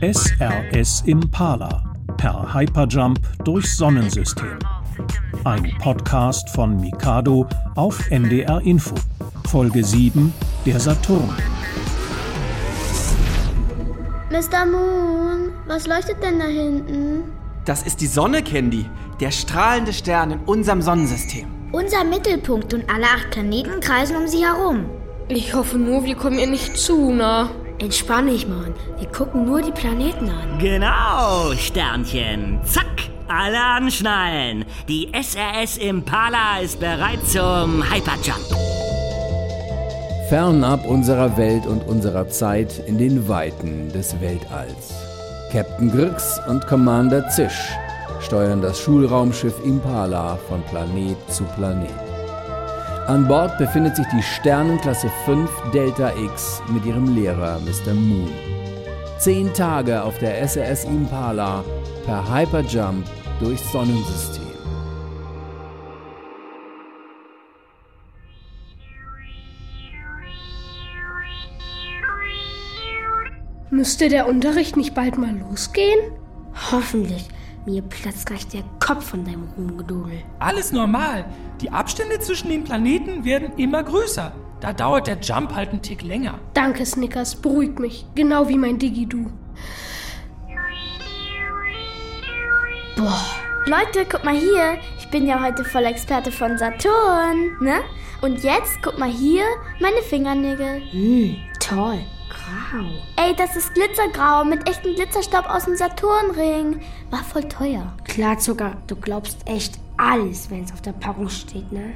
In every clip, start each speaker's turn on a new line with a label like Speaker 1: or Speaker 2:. Speaker 1: SRS Impala per Hyperjump durch Sonnensystem. Ein Podcast von Mikado auf NDR Info. Folge 7 Der Saturn.
Speaker 2: Mr. Moon, was leuchtet denn da hinten?
Speaker 3: Das ist die Sonne, Candy. Der strahlende Stern in unserem Sonnensystem.
Speaker 2: Unser Mittelpunkt und alle acht Planeten kreisen um sie herum.
Speaker 4: Ich hoffe nur, wir kommen ihr nicht zu nah.
Speaker 2: Entspann dich, Mann. Wir gucken nur die Planeten an.
Speaker 5: Genau, Sternchen. Zack, alle anschnallen. Die SRS Impala ist bereit zum Hyperjump.
Speaker 6: Fernab unserer Welt und unserer Zeit in den Weiten des Weltalls. Captain Grix und Commander Zisch steuern das Schulraumschiff Impala von Planet zu Planet. An Bord befindet sich die Sternenklasse 5 Delta X mit ihrem Lehrer Mr. Moon. Zehn Tage auf der SRS Impala per Hyperjump durchs Sonnensystem.
Speaker 4: Müsste der Unterricht nicht bald mal losgehen?
Speaker 2: Hoffentlich. Mir platzt gleich der Kopf von deinem Rumgedudel.
Speaker 7: Alles normal. Die Abstände zwischen den Planeten werden immer größer. Da dauert der Jump halt einen Tick länger.
Speaker 4: Danke, Snickers. Beruhigt mich. Genau wie mein Digi-Du.
Speaker 2: Boah.
Speaker 8: Leute, guck mal hier. Ich bin ja heute voll Experte von Saturn, ne? Und jetzt, guck mal hier, meine Fingernägel.
Speaker 2: Mm, toll. Grau.
Speaker 8: Ey, das ist Glitzergrau mit echtem Glitzerstaub aus dem Saturnring. War voll teuer.
Speaker 2: Klar, Zucker, du glaubst echt alles, wenn es auf der Packung steht, ne?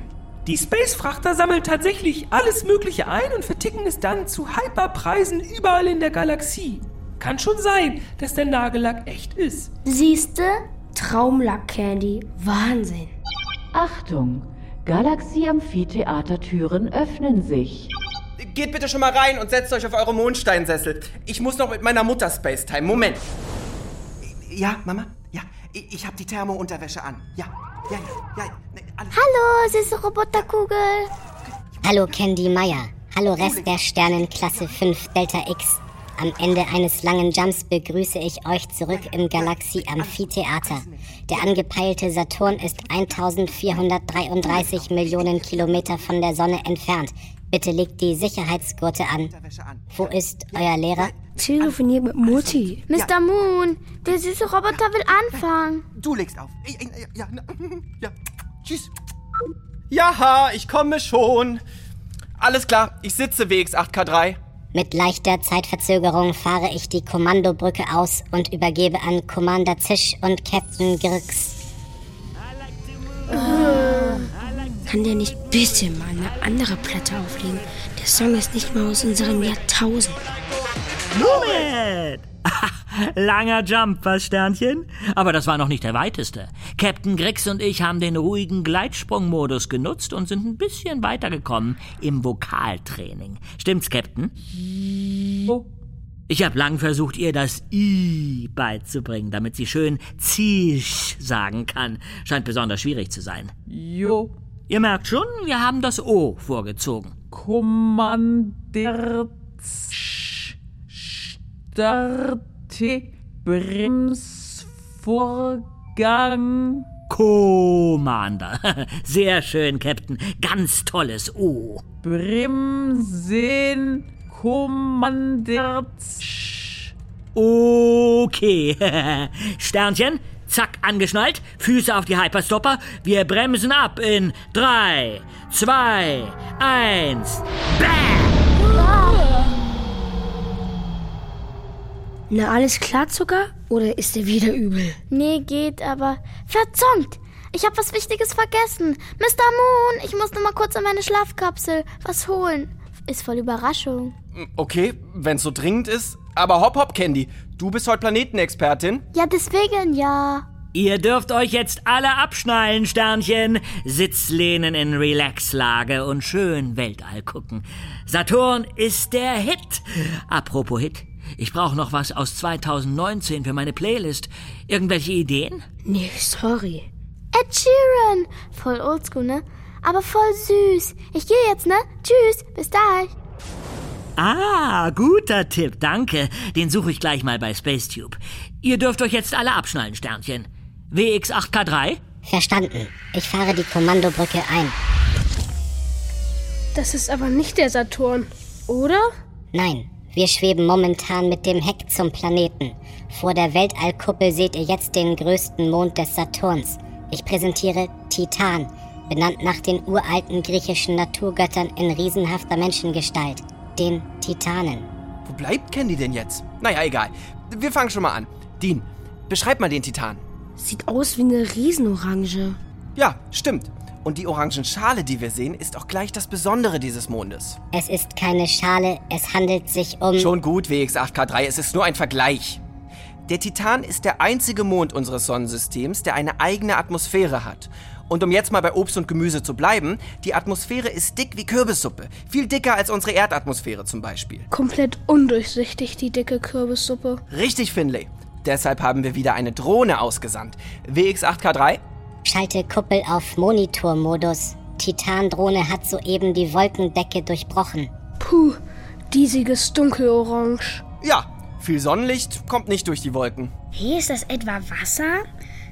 Speaker 7: Die Space-Frachter sammeln tatsächlich alles Mögliche ein und verticken es dann zu Hyperpreisen überall in der Galaxie. Kann schon sein, dass der Nagellack echt ist.
Speaker 8: Siehste?
Speaker 2: Traumlack-Candy. Wahnsinn.
Speaker 9: Achtung! Galaxie-Amphitheatertüren öffnen sich.
Speaker 3: Geht bitte schon mal rein und setzt euch auf eure Mondsteinsessel. Ich muss noch mit meiner Mutter Spacetime. Moment. Ja, Mama? Ja, ich, ich habe die Thermounterwäsche an. Ja, ja, ja, ja. Nee, alles-
Speaker 8: Hallo, süße Roboterkugel.
Speaker 10: Hallo Candy Meyer. Hallo Rest der Sternenklasse 5 Delta X. Am Ende eines langen Jumps begrüße ich euch zurück im Galaxie Amphitheater. Der angepeilte Saturn ist 1433 Millionen Kilometer von der Sonne entfernt. Bitte legt die Sicherheitsgurte an. Wo ist euer Lehrer?
Speaker 2: Telefonier mit Mutti.
Speaker 8: Mr. Moon, der süße Roboter will anfangen.
Speaker 3: Du legst auf. Ja, ja, ja, ja. Tschüss. Jaha, ich komme schon. Alles klar, ich sitze wegs 8K3.
Speaker 10: Mit leichter Zeitverzögerung fahre ich die Kommandobrücke aus und übergebe an Commander Zisch und Captain Grix.
Speaker 2: Kann der nicht bitte mal eine andere Platte auflegen? Der Song ist nicht mal aus unserem Jahrtausend.
Speaker 5: Moment!
Speaker 6: Langer Jump, was Sternchen?
Speaker 5: Aber das war noch nicht der weiteste. Captain Grix und ich haben den ruhigen Gleitsprungmodus genutzt und sind ein bisschen weitergekommen im Vokaltraining. Stimmt's, Captain? Oh. Ich habe lang versucht, ihr das I beizubringen, damit sie schön Zisch sagen kann. Scheint besonders schwierig zu sein.
Speaker 11: Jo,
Speaker 5: Ihr merkt schon, wir haben das O vorgezogen.
Speaker 11: Kommander Sch- Starte Bremsvorgang.
Speaker 5: Commander. Sehr schön, Captain. Ganz tolles O.
Speaker 11: Bremsen Kommander Sch-
Speaker 5: Okay. Sternchen, zack, angeschnallt, Füße auf die Hyperstopper. Wir bremsen ab in 3, 2, 1.
Speaker 2: Na, alles klar, Zucker? Oder ist er wieder übel?
Speaker 8: Nee, geht aber. Verzommt! Ich habe was Wichtiges vergessen. Mr. Moon, ich muss nur mal kurz in meine Schlafkapsel was holen. Ist voll Überraschung.
Speaker 3: Okay, wenn's so dringend ist. Aber hopp, hopp, Candy. Du bist heute Planetenexpertin.
Speaker 8: Ja, deswegen ja.
Speaker 5: Ihr dürft euch jetzt alle abschnallen, Sternchen. Sitzlehnen in Relaxlage und schön Weltall gucken. Saturn ist der Hit. Apropos Hit, ich brauche noch was aus 2019 für meine Playlist. Irgendwelche Ideen?
Speaker 2: Nee, sorry.
Speaker 8: Ed Sheeran. Voll oldschool, ne? Aber voll süß. Ich gehe jetzt, ne? Tschüss, bis gleich.
Speaker 5: Ah, guter Tipp, danke. Den suche ich gleich mal bei Spacetube. Ihr dürft euch jetzt alle abschnallen, Sternchen. WX8K3?
Speaker 10: Verstanden. Ich fahre die Kommandobrücke ein.
Speaker 4: Das ist aber nicht der Saturn, oder?
Speaker 10: Nein, wir schweben momentan mit dem Heck zum Planeten. Vor der Weltallkuppel seht ihr jetzt den größten Mond des Saturns. Ich präsentiere Titan, benannt nach den uralten griechischen Naturgöttern in riesenhafter Menschengestalt, den Titanen.
Speaker 3: Wo bleibt Candy denn jetzt? Naja, egal. Wir fangen schon mal an. Dean, beschreib mal den Titan.
Speaker 2: Sieht aus wie eine Riesenorange.
Speaker 3: Ja, stimmt. Und die Orangenschale, die wir sehen, ist auch gleich das Besondere dieses Mondes.
Speaker 10: Es ist keine Schale, es handelt sich um.
Speaker 3: Schon gut, WX8K3, es ist nur ein Vergleich. Der Titan ist der einzige Mond unseres Sonnensystems, der eine eigene Atmosphäre hat. Und um jetzt mal bei Obst und Gemüse zu bleiben, die Atmosphäre ist dick wie Kürbissuppe. Viel dicker als unsere Erdatmosphäre zum Beispiel.
Speaker 4: Komplett undurchsichtig, die dicke Kürbissuppe.
Speaker 3: Richtig, Finlay. Deshalb haben wir wieder eine Drohne ausgesandt. WX8K3?
Speaker 10: Schalte Kuppel auf Monitormodus. Titan-Drohne hat soeben die Wolkendecke durchbrochen.
Speaker 4: Puh, diesiges Dunkelorange.
Speaker 3: Ja, viel Sonnenlicht kommt nicht durch die Wolken.
Speaker 12: Hey, ist das etwa Wasser?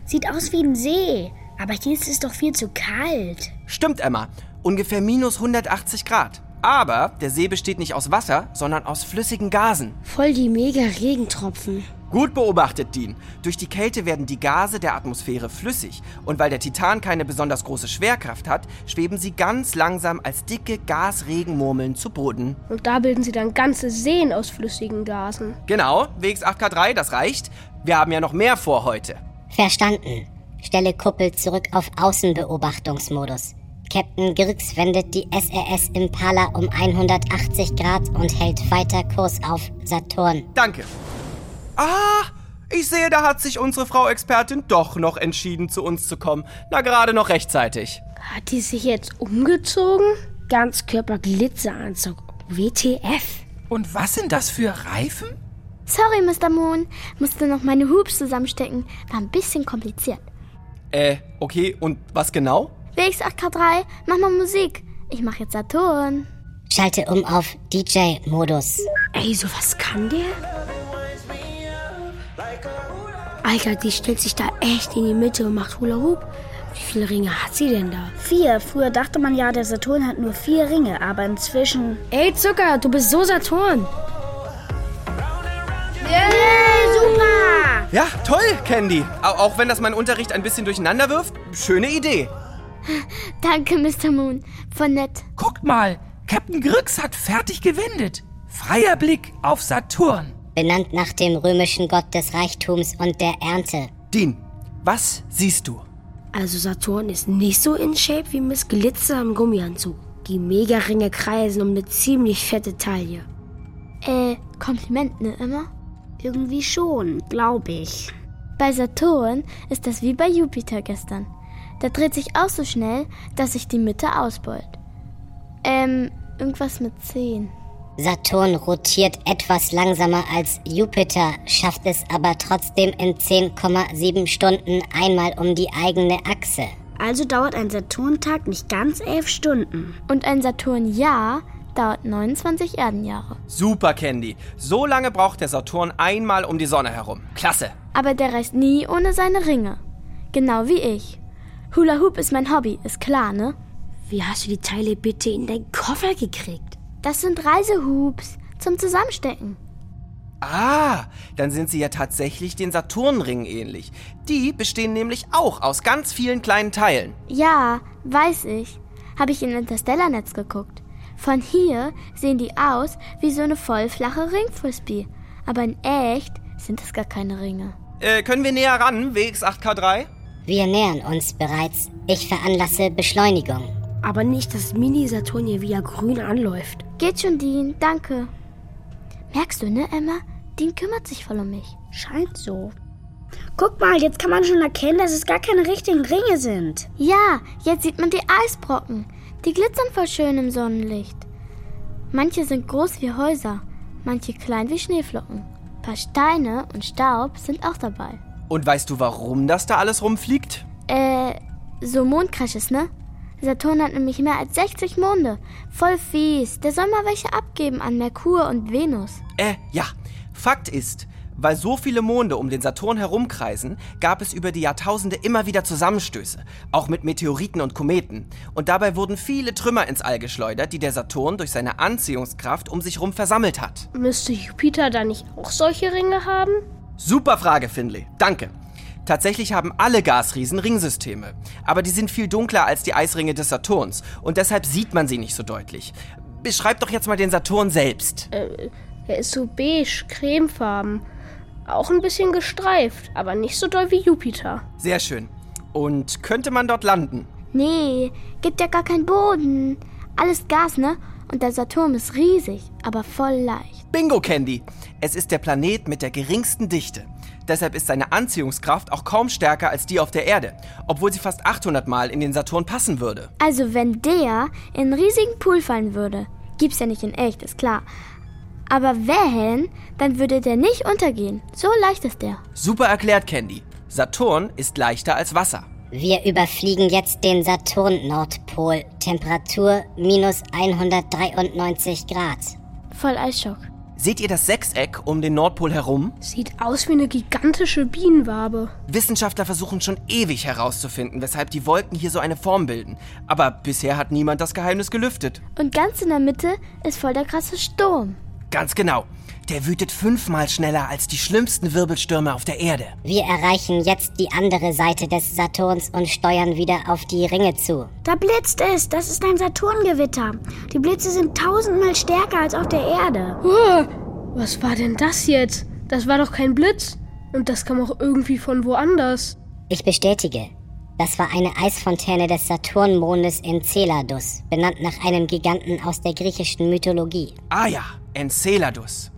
Speaker 12: Sieht aus wie ein See. Aber hier ist es doch viel zu kalt.
Speaker 3: Stimmt, Emma. Ungefähr minus 180 Grad. Aber der See besteht nicht aus Wasser, sondern aus flüssigen Gasen.
Speaker 2: Voll die mega Regentropfen.
Speaker 3: Gut beobachtet, Dean. Durch die Kälte werden die Gase der Atmosphäre flüssig. Und weil der Titan keine besonders große Schwerkraft hat, schweben sie ganz langsam als dicke Gasregenmurmeln zu Boden.
Speaker 4: Und da bilden sie dann ganze Seen aus flüssigen Gasen.
Speaker 3: Genau, WX8K3, das reicht. Wir haben ja noch mehr vor heute.
Speaker 10: Verstanden. Stelle Kuppel zurück auf Außenbeobachtungsmodus. Captain Girks wendet die SRS Impala um 180 Grad und hält weiter Kurs auf Saturn.
Speaker 3: Danke. Ah, ich sehe, da hat sich unsere Frau Expertin doch noch entschieden, zu uns zu kommen. Na, gerade noch rechtzeitig.
Speaker 4: Hat die sich jetzt umgezogen?
Speaker 2: Ganzkörperglitzeranzug. WTF.
Speaker 7: Und was sind das für Reifen?
Speaker 8: Sorry, Mr. Moon. Musste noch meine Hoops zusammenstecken. War ein bisschen kompliziert.
Speaker 3: Äh, okay, und was genau?
Speaker 8: WX8K3, mach mal Musik. Ich mach jetzt Saturn.
Speaker 10: Schalte um auf DJ-Modus.
Speaker 2: Ey, so was kann der? Alter, die stellt sich da echt in die Mitte und macht Hula Hoop. Wie viele Ringe hat sie denn da?
Speaker 12: Vier. Früher dachte man ja, der Saturn hat nur vier Ringe, aber inzwischen.
Speaker 2: Ey, Zucker, du bist so Saturn.
Speaker 12: Yeah, super!
Speaker 3: Ja, toll, Candy. Au- Auch wenn das meinen Unterricht ein bisschen durcheinander wirft, schöne Idee.
Speaker 8: Danke, Mr. Moon. Voll nett.
Speaker 7: Guckt mal, Captain Grix hat fertig gewendet. Freier Blick auf Saturn.
Speaker 10: Benannt nach dem römischen Gott des Reichtums und der Ernte.
Speaker 3: Dean, was siehst du?
Speaker 2: Also Saturn ist nicht so in Shape wie Miss Glitzer im Gummianzug. Die Mega-Ringe kreisen um eine ziemlich fette Taille.
Speaker 8: Äh, Kompliment, ne, immer?
Speaker 12: Irgendwie schon, glaube ich.
Speaker 8: Bei Saturn ist das wie bei Jupiter gestern. Der dreht sich auch so schnell, dass sich die Mitte ausbeult. Ähm, irgendwas mit 10.
Speaker 10: Saturn rotiert etwas langsamer als Jupiter, schafft es aber trotzdem in 10,7 Stunden einmal um die eigene Achse.
Speaker 12: Also dauert ein Saturntag nicht ganz elf Stunden.
Speaker 8: Und ein Saturnjahr dauert 29 Erdenjahre.
Speaker 3: Super, Candy. So lange braucht der Saturn einmal um die Sonne herum. Klasse.
Speaker 8: Aber der reist nie ohne seine Ringe. Genau wie ich. Hula Hoop ist mein Hobby, ist klar, ne?
Speaker 2: Wie hast du die Teile bitte in deinen Koffer gekriegt?
Speaker 8: Das sind Reisehoops zum Zusammenstecken.
Speaker 3: Ah, dann sind sie ja tatsächlich den Saturnringen ähnlich. Die bestehen nämlich auch aus ganz vielen kleinen Teilen.
Speaker 8: Ja, weiß ich. Habe ich im Interstellarnetz geguckt. Von hier sehen die aus wie so eine vollflache Ringfrisbee. Aber in echt sind das gar keine Ringe.
Speaker 3: Äh, können wir näher ran, WX8K3?
Speaker 10: Wir nähern uns bereits. Ich veranlasse Beschleunigung.
Speaker 2: Aber nicht, dass Mini-Saturn hier wieder grün anläuft.
Speaker 8: Geht schon, Dean, danke. Merkst du, ne, Emma? Dean kümmert sich voll um mich.
Speaker 12: Scheint so. Guck mal, jetzt kann man schon erkennen, dass es gar keine richtigen Ringe sind.
Speaker 8: Ja, jetzt sieht man die Eisbrocken. Die glitzern voll schön im Sonnenlicht. Manche sind groß wie Häuser, manche klein wie Schneeflocken. Ein paar Steine und Staub sind auch dabei.
Speaker 3: Und weißt du, warum das da alles rumfliegt?
Speaker 8: Äh, so Mondcrashes, ne? Saturn hat nämlich mehr als 60 Monde. Voll fies. Der soll mal welche abgeben an Merkur und Venus.
Speaker 3: Äh, ja. Fakt ist, weil so viele Monde um den Saturn herumkreisen, gab es über die Jahrtausende immer wieder Zusammenstöße, auch mit Meteoriten und Kometen. Und dabei wurden viele Trümmer ins All geschleudert, die der Saturn durch seine Anziehungskraft um sich herum versammelt hat.
Speaker 4: Müsste Jupiter da nicht auch solche Ringe haben?
Speaker 3: Super Frage, Finley. Danke. Tatsächlich haben alle Gasriesen Ringsysteme, aber die sind viel dunkler als die Eisringe des Saturns und deshalb sieht man sie nicht so deutlich. Beschreib doch jetzt mal den Saturn selbst.
Speaker 4: Äh, er ist so beige, cremefarben, auch ein bisschen gestreift, aber nicht so doll wie Jupiter.
Speaker 3: Sehr schön. Und könnte man dort landen?
Speaker 8: Nee, gibt ja gar keinen Boden. Alles Gas, ne? Und der Saturn ist riesig, aber voll leicht.
Speaker 3: Bingo, Candy! Es ist der Planet mit der geringsten Dichte. Deshalb ist seine Anziehungskraft auch kaum stärker als die auf der Erde, obwohl sie fast 800 Mal in den Saturn passen würde.
Speaker 8: Also wenn der in einen riesigen Pool fallen würde, gibt's ja nicht in echt, ist klar. Aber wenn, dann würde der nicht untergehen. So leicht ist der.
Speaker 3: Super erklärt, Candy. Saturn ist leichter als Wasser.
Speaker 10: Wir überfliegen jetzt den Saturn-Nordpol. Temperatur minus 193 Grad.
Speaker 8: Voll Eisschock.
Speaker 3: Seht ihr das Sechseck um den Nordpol herum?
Speaker 4: Sieht aus wie eine gigantische Bienenwabe.
Speaker 3: Wissenschaftler versuchen schon ewig herauszufinden, weshalb die Wolken hier so eine Form bilden. Aber bisher hat niemand das Geheimnis gelüftet.
Speaker 8: Und ganz in der Mitte ist voll der krasse Sturm.
Speaker 3: Ganz genau. Der wütet fünfmal schneller als die schlimmsten Wirbelstürme auf der Erde.
Speaker 10: Wir erreichen jetzt die andere Seite des Saturns und steuern wieder auf die Ringe zu.
Speaker 12: Da blitzt es. Das ist ein Saturngewitter. Die Blitze sind tausendmal stärker als auf der Erde.
Speaker 4: Uh, was war denn das jetzt? Das war doch kein Blitz. Und das kam auch irgendwie von woanders.
Speaker 10: Ich bestätige. Das war eine Eisfontäne des Saturnmondes Enceladus, benannt nach einem Giganten aus der griechischen Mythologie.
Speaker 3: Ah ja, Enceladus.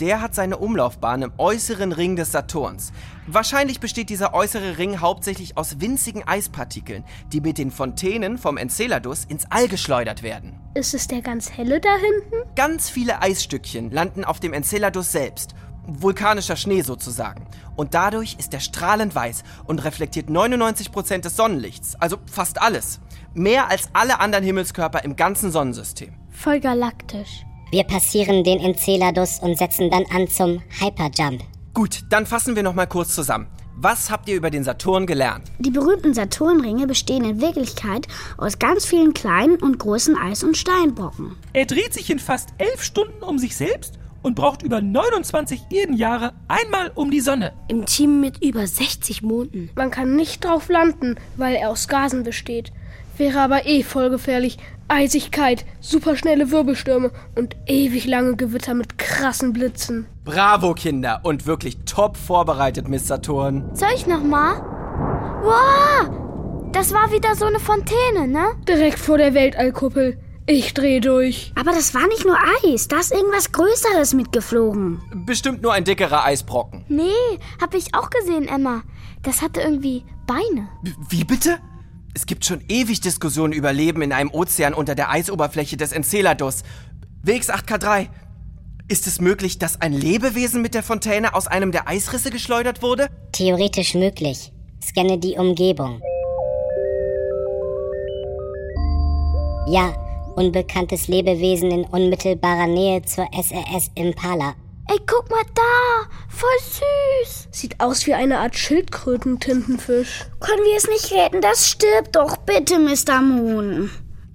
Speaker 3: Der hat seine Umlaufbahn im äußeren Ring des Saturns. Wahrscheinlich besteht dieser äußere Ring hauptsächlich aus winzigen Eispartikeln, die mit den Fontänen vom Enceladus ins All geschleudert werden.
Speaker 4: Ist es der ganz helle da hinten?
Speaker 3: Ganz viele Eisstückchen landen auf dem Enceladus selbst. Vulkanischer Schnee sozusagen. Und dadurch ist er strahlend weiß und reflektiert 99% des Sonnenlichts, also fast alles. Mehr als alle anderen Himmelskörper im ganzen Sonnensystem.
Speaker 8: Voll galaktisch.
Speaker 10: Wir passieren den Enceladus und setzen dann an zum Hyperjump.
Speaker 3: Gut, dann fassen wir nochmal kurz zusammen. Was habt ihr über den Saturn gelernt?
Speaker 12: Die berühmten Saturnringe bestehen in Wirklichkeit aus ganz vielen kleinen und großen Eis- und Steinbrocken.
Speaker 7: Er dreht sich in fast elf Stunden um sich selbst und braucht über 29 Erdenjahre einmal um die Sonne.
Speaker 2: Im Team mit über 60 Monden.
Speaker 4: Man kann nicht drauf landen, weil er aus Gasen besteht. Wäre aber eh voll gefährlich, Eisigkeit, superschnelle Wirbelstürme und ewig lange Gewitter mit krassen Blitzen.
Speaker 3: Bravo, Kinder! Und wirklich top vorbereitet, Miss Saturn.
Speaker 8: Soll ich nochmal? Wow! Das war wieder so eine Fontäne, ne?
Speaker 4: Direkt vor der Weltallkuppel. Ich dreh durch.
Speaker 12: Aber das war nicht nur Eis, da ist irgendwas Größeres mitgeflogen.
Speaker 3: Bestimmt nur ein dickerer Eisbrocken.
Speaker 8: Nee, hab ich auch gesehen, Emma. Das hatte irgendwie Beine.
Speaker 3: B wie bitte? Es gibt schon ewig Diskussionen über Leben in einem Ozean unter der Eisoberfläche des Enceladus. WX8K3. Ist es möglich, dass ein Lebewesen mit der Fontäne aus einem der Eisrisse geschleudert wurde?
Speaker 10: Theoretisch möglich. Scanne die Umgebung. Ja, unbekanntes Lebewesen in unmittelbarer Nähe zur SRS Impala.
Speaker 8: Ey, guck mal da! Voll süß!
Speaker 4: Sieht aus wie eine Art Schildkrötentintenfisch.
Speaker 12: Können wir es nicht retten? Das stirbt doch bitte, Mr. Moon.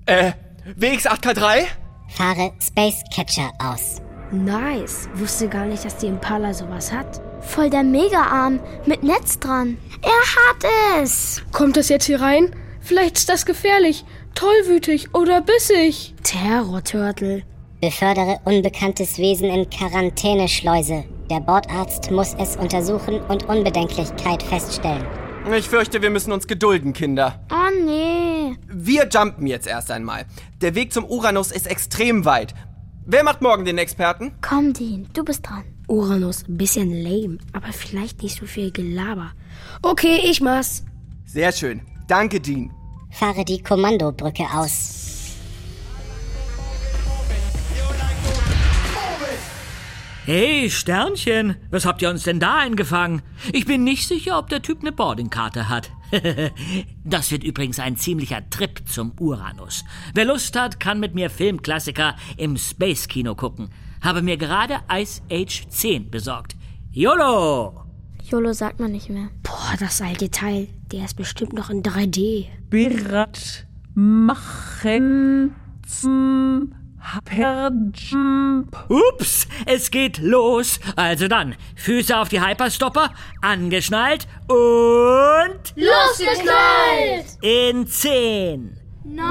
Speaker 3: Äh, WX8K3?
Speaker 10: Fahre Space Catcher aus.
Speaker 2: Nice. Wusste gar nicht, dass die Impala sowas hat.
Speaker 8: Voll der Megaarm mit Netz dran.
Speaker 12: Er hat es!
Speaker 4: Kommt das jetzt hier rein? Vielleicht ist das gefährlich, tollwütig oder bissig.
Speaker 2: Terror Turtle.
Speaker 10: Befördere unbekanntes Wesen in Quarantäneschleuse. Der Bordarzt muss es untersuchen und Unbedenklichkeit feststellen.
Speaker 3: Ich fürchte, wir müssen uns gedulden, Kinder.
Speaker 8: Oh nee.
Speaker 3: Wir jumpen jetzt erst einmal. Der Weg zum Uranus ist extrem weit. Wer macht morgen den Experten?
Speaker 8: Komm, Dean, du bist dran.
Speaker 2: Uranus, bisschen lame, aber vielleicht nicht so viel Gelaber. Okay, ich mach's.
Speaker 3: Sehr schön. Danke, Dean.
Speaker 10: Fahre die Kommandobrücke aus.
Speaker 5: Hey, Sternchen, was habt ihr uns denn da eingefangen? Ich bin nicht sicher, ob der Typ eine Boardingkarte hat. das wird übrigens ein ziemlicher Trip zum Uranus. Wer Lust hat, kann mit mir Filmklassiker im Space Kino gucken. Habe mir gerade Ice Age 10 besorgt. YOLO!
Speaker 8: YOLO sagt man nicht mehr.
Speaker 2: Boah, das alte Teil. Der ist bestimmt noch in 3D.
Speaker 11: Berat machen zum Hyperjump.
Speaker 5: Ups, es geht los. Also dann, Füße auf die Hyperstopper, angeschnallt und...
Speaker 13: Losgeknallt!
Speaker 5: In 10,
Speaker 13: 9,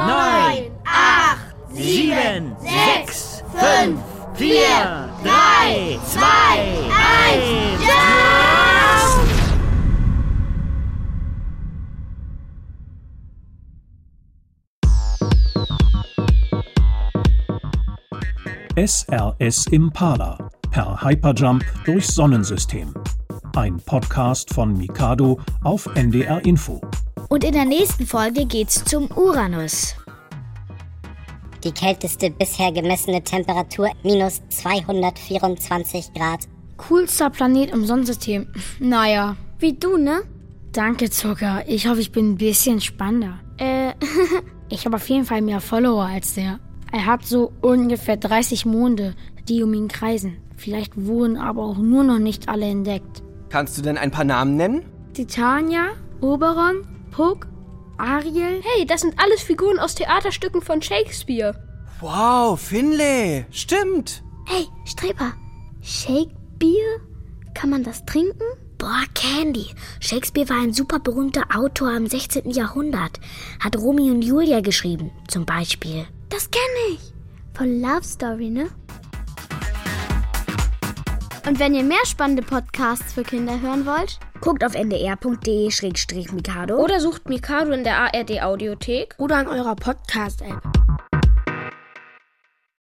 Speaker 13: 8, 7, 6, 5, 4, 3, 2, 1, Jump!
Speaker 1: SRS Impala per Hyperjump durch Sonnensystem. Ein Podcast von Mikado auf NDR Info.
Speaker 12: Und in der nächsten Folge geht's zum Uranus.
Speaker 10: Die kälteste bisher gemessene Temperatur minus 224 Grad.
Speaker 8: Coolster Planet im Sonnensystem. Naja. Wie du, ne?
Speaker 2: Danke, Zucker. Ich hoffe, ich bin ein bisschen spannender.
Speaker 8: Äh,
Speaker 2: Ich habe auf jeden Fall mehr Follower als der. Er hat so ungefähr 30 Monde, die um ihn kreisen. Vielleicht wurden aber auch nur noch nicht alle entdeckt.
Speaker 3: Kannst du denn ein paar Namen nennen?
Speaker 2: Titania, Oberon, Puck, Ariel.
Speaker 4: Hey, das sind alles Figuren aus Theaterstücken von Shakespeare.
Speaker 3: Wow, Finlay! Stimmt!
Speaker 8: hey, Streber. Shakespeare? Kann man das trinken?
Speaker 12: Boah, Candy. Shakespeare war ein super berühmter Autor im 16. Jahrhundert. Hat Romeo und Julia geschrieben, zum Beispiel.
Speaker 8: Das kenne ich. Von Love Story, ne? Und wenn ihr mehr spannende Podcasts für Kinder hören wollt,
Speaker 12: Guckt auf ndr.de-mikado
Speaker 4: Oder sucht Mikado in der ARD-Audiothek.
Speaker 2: Oder an eurer Podcast-App.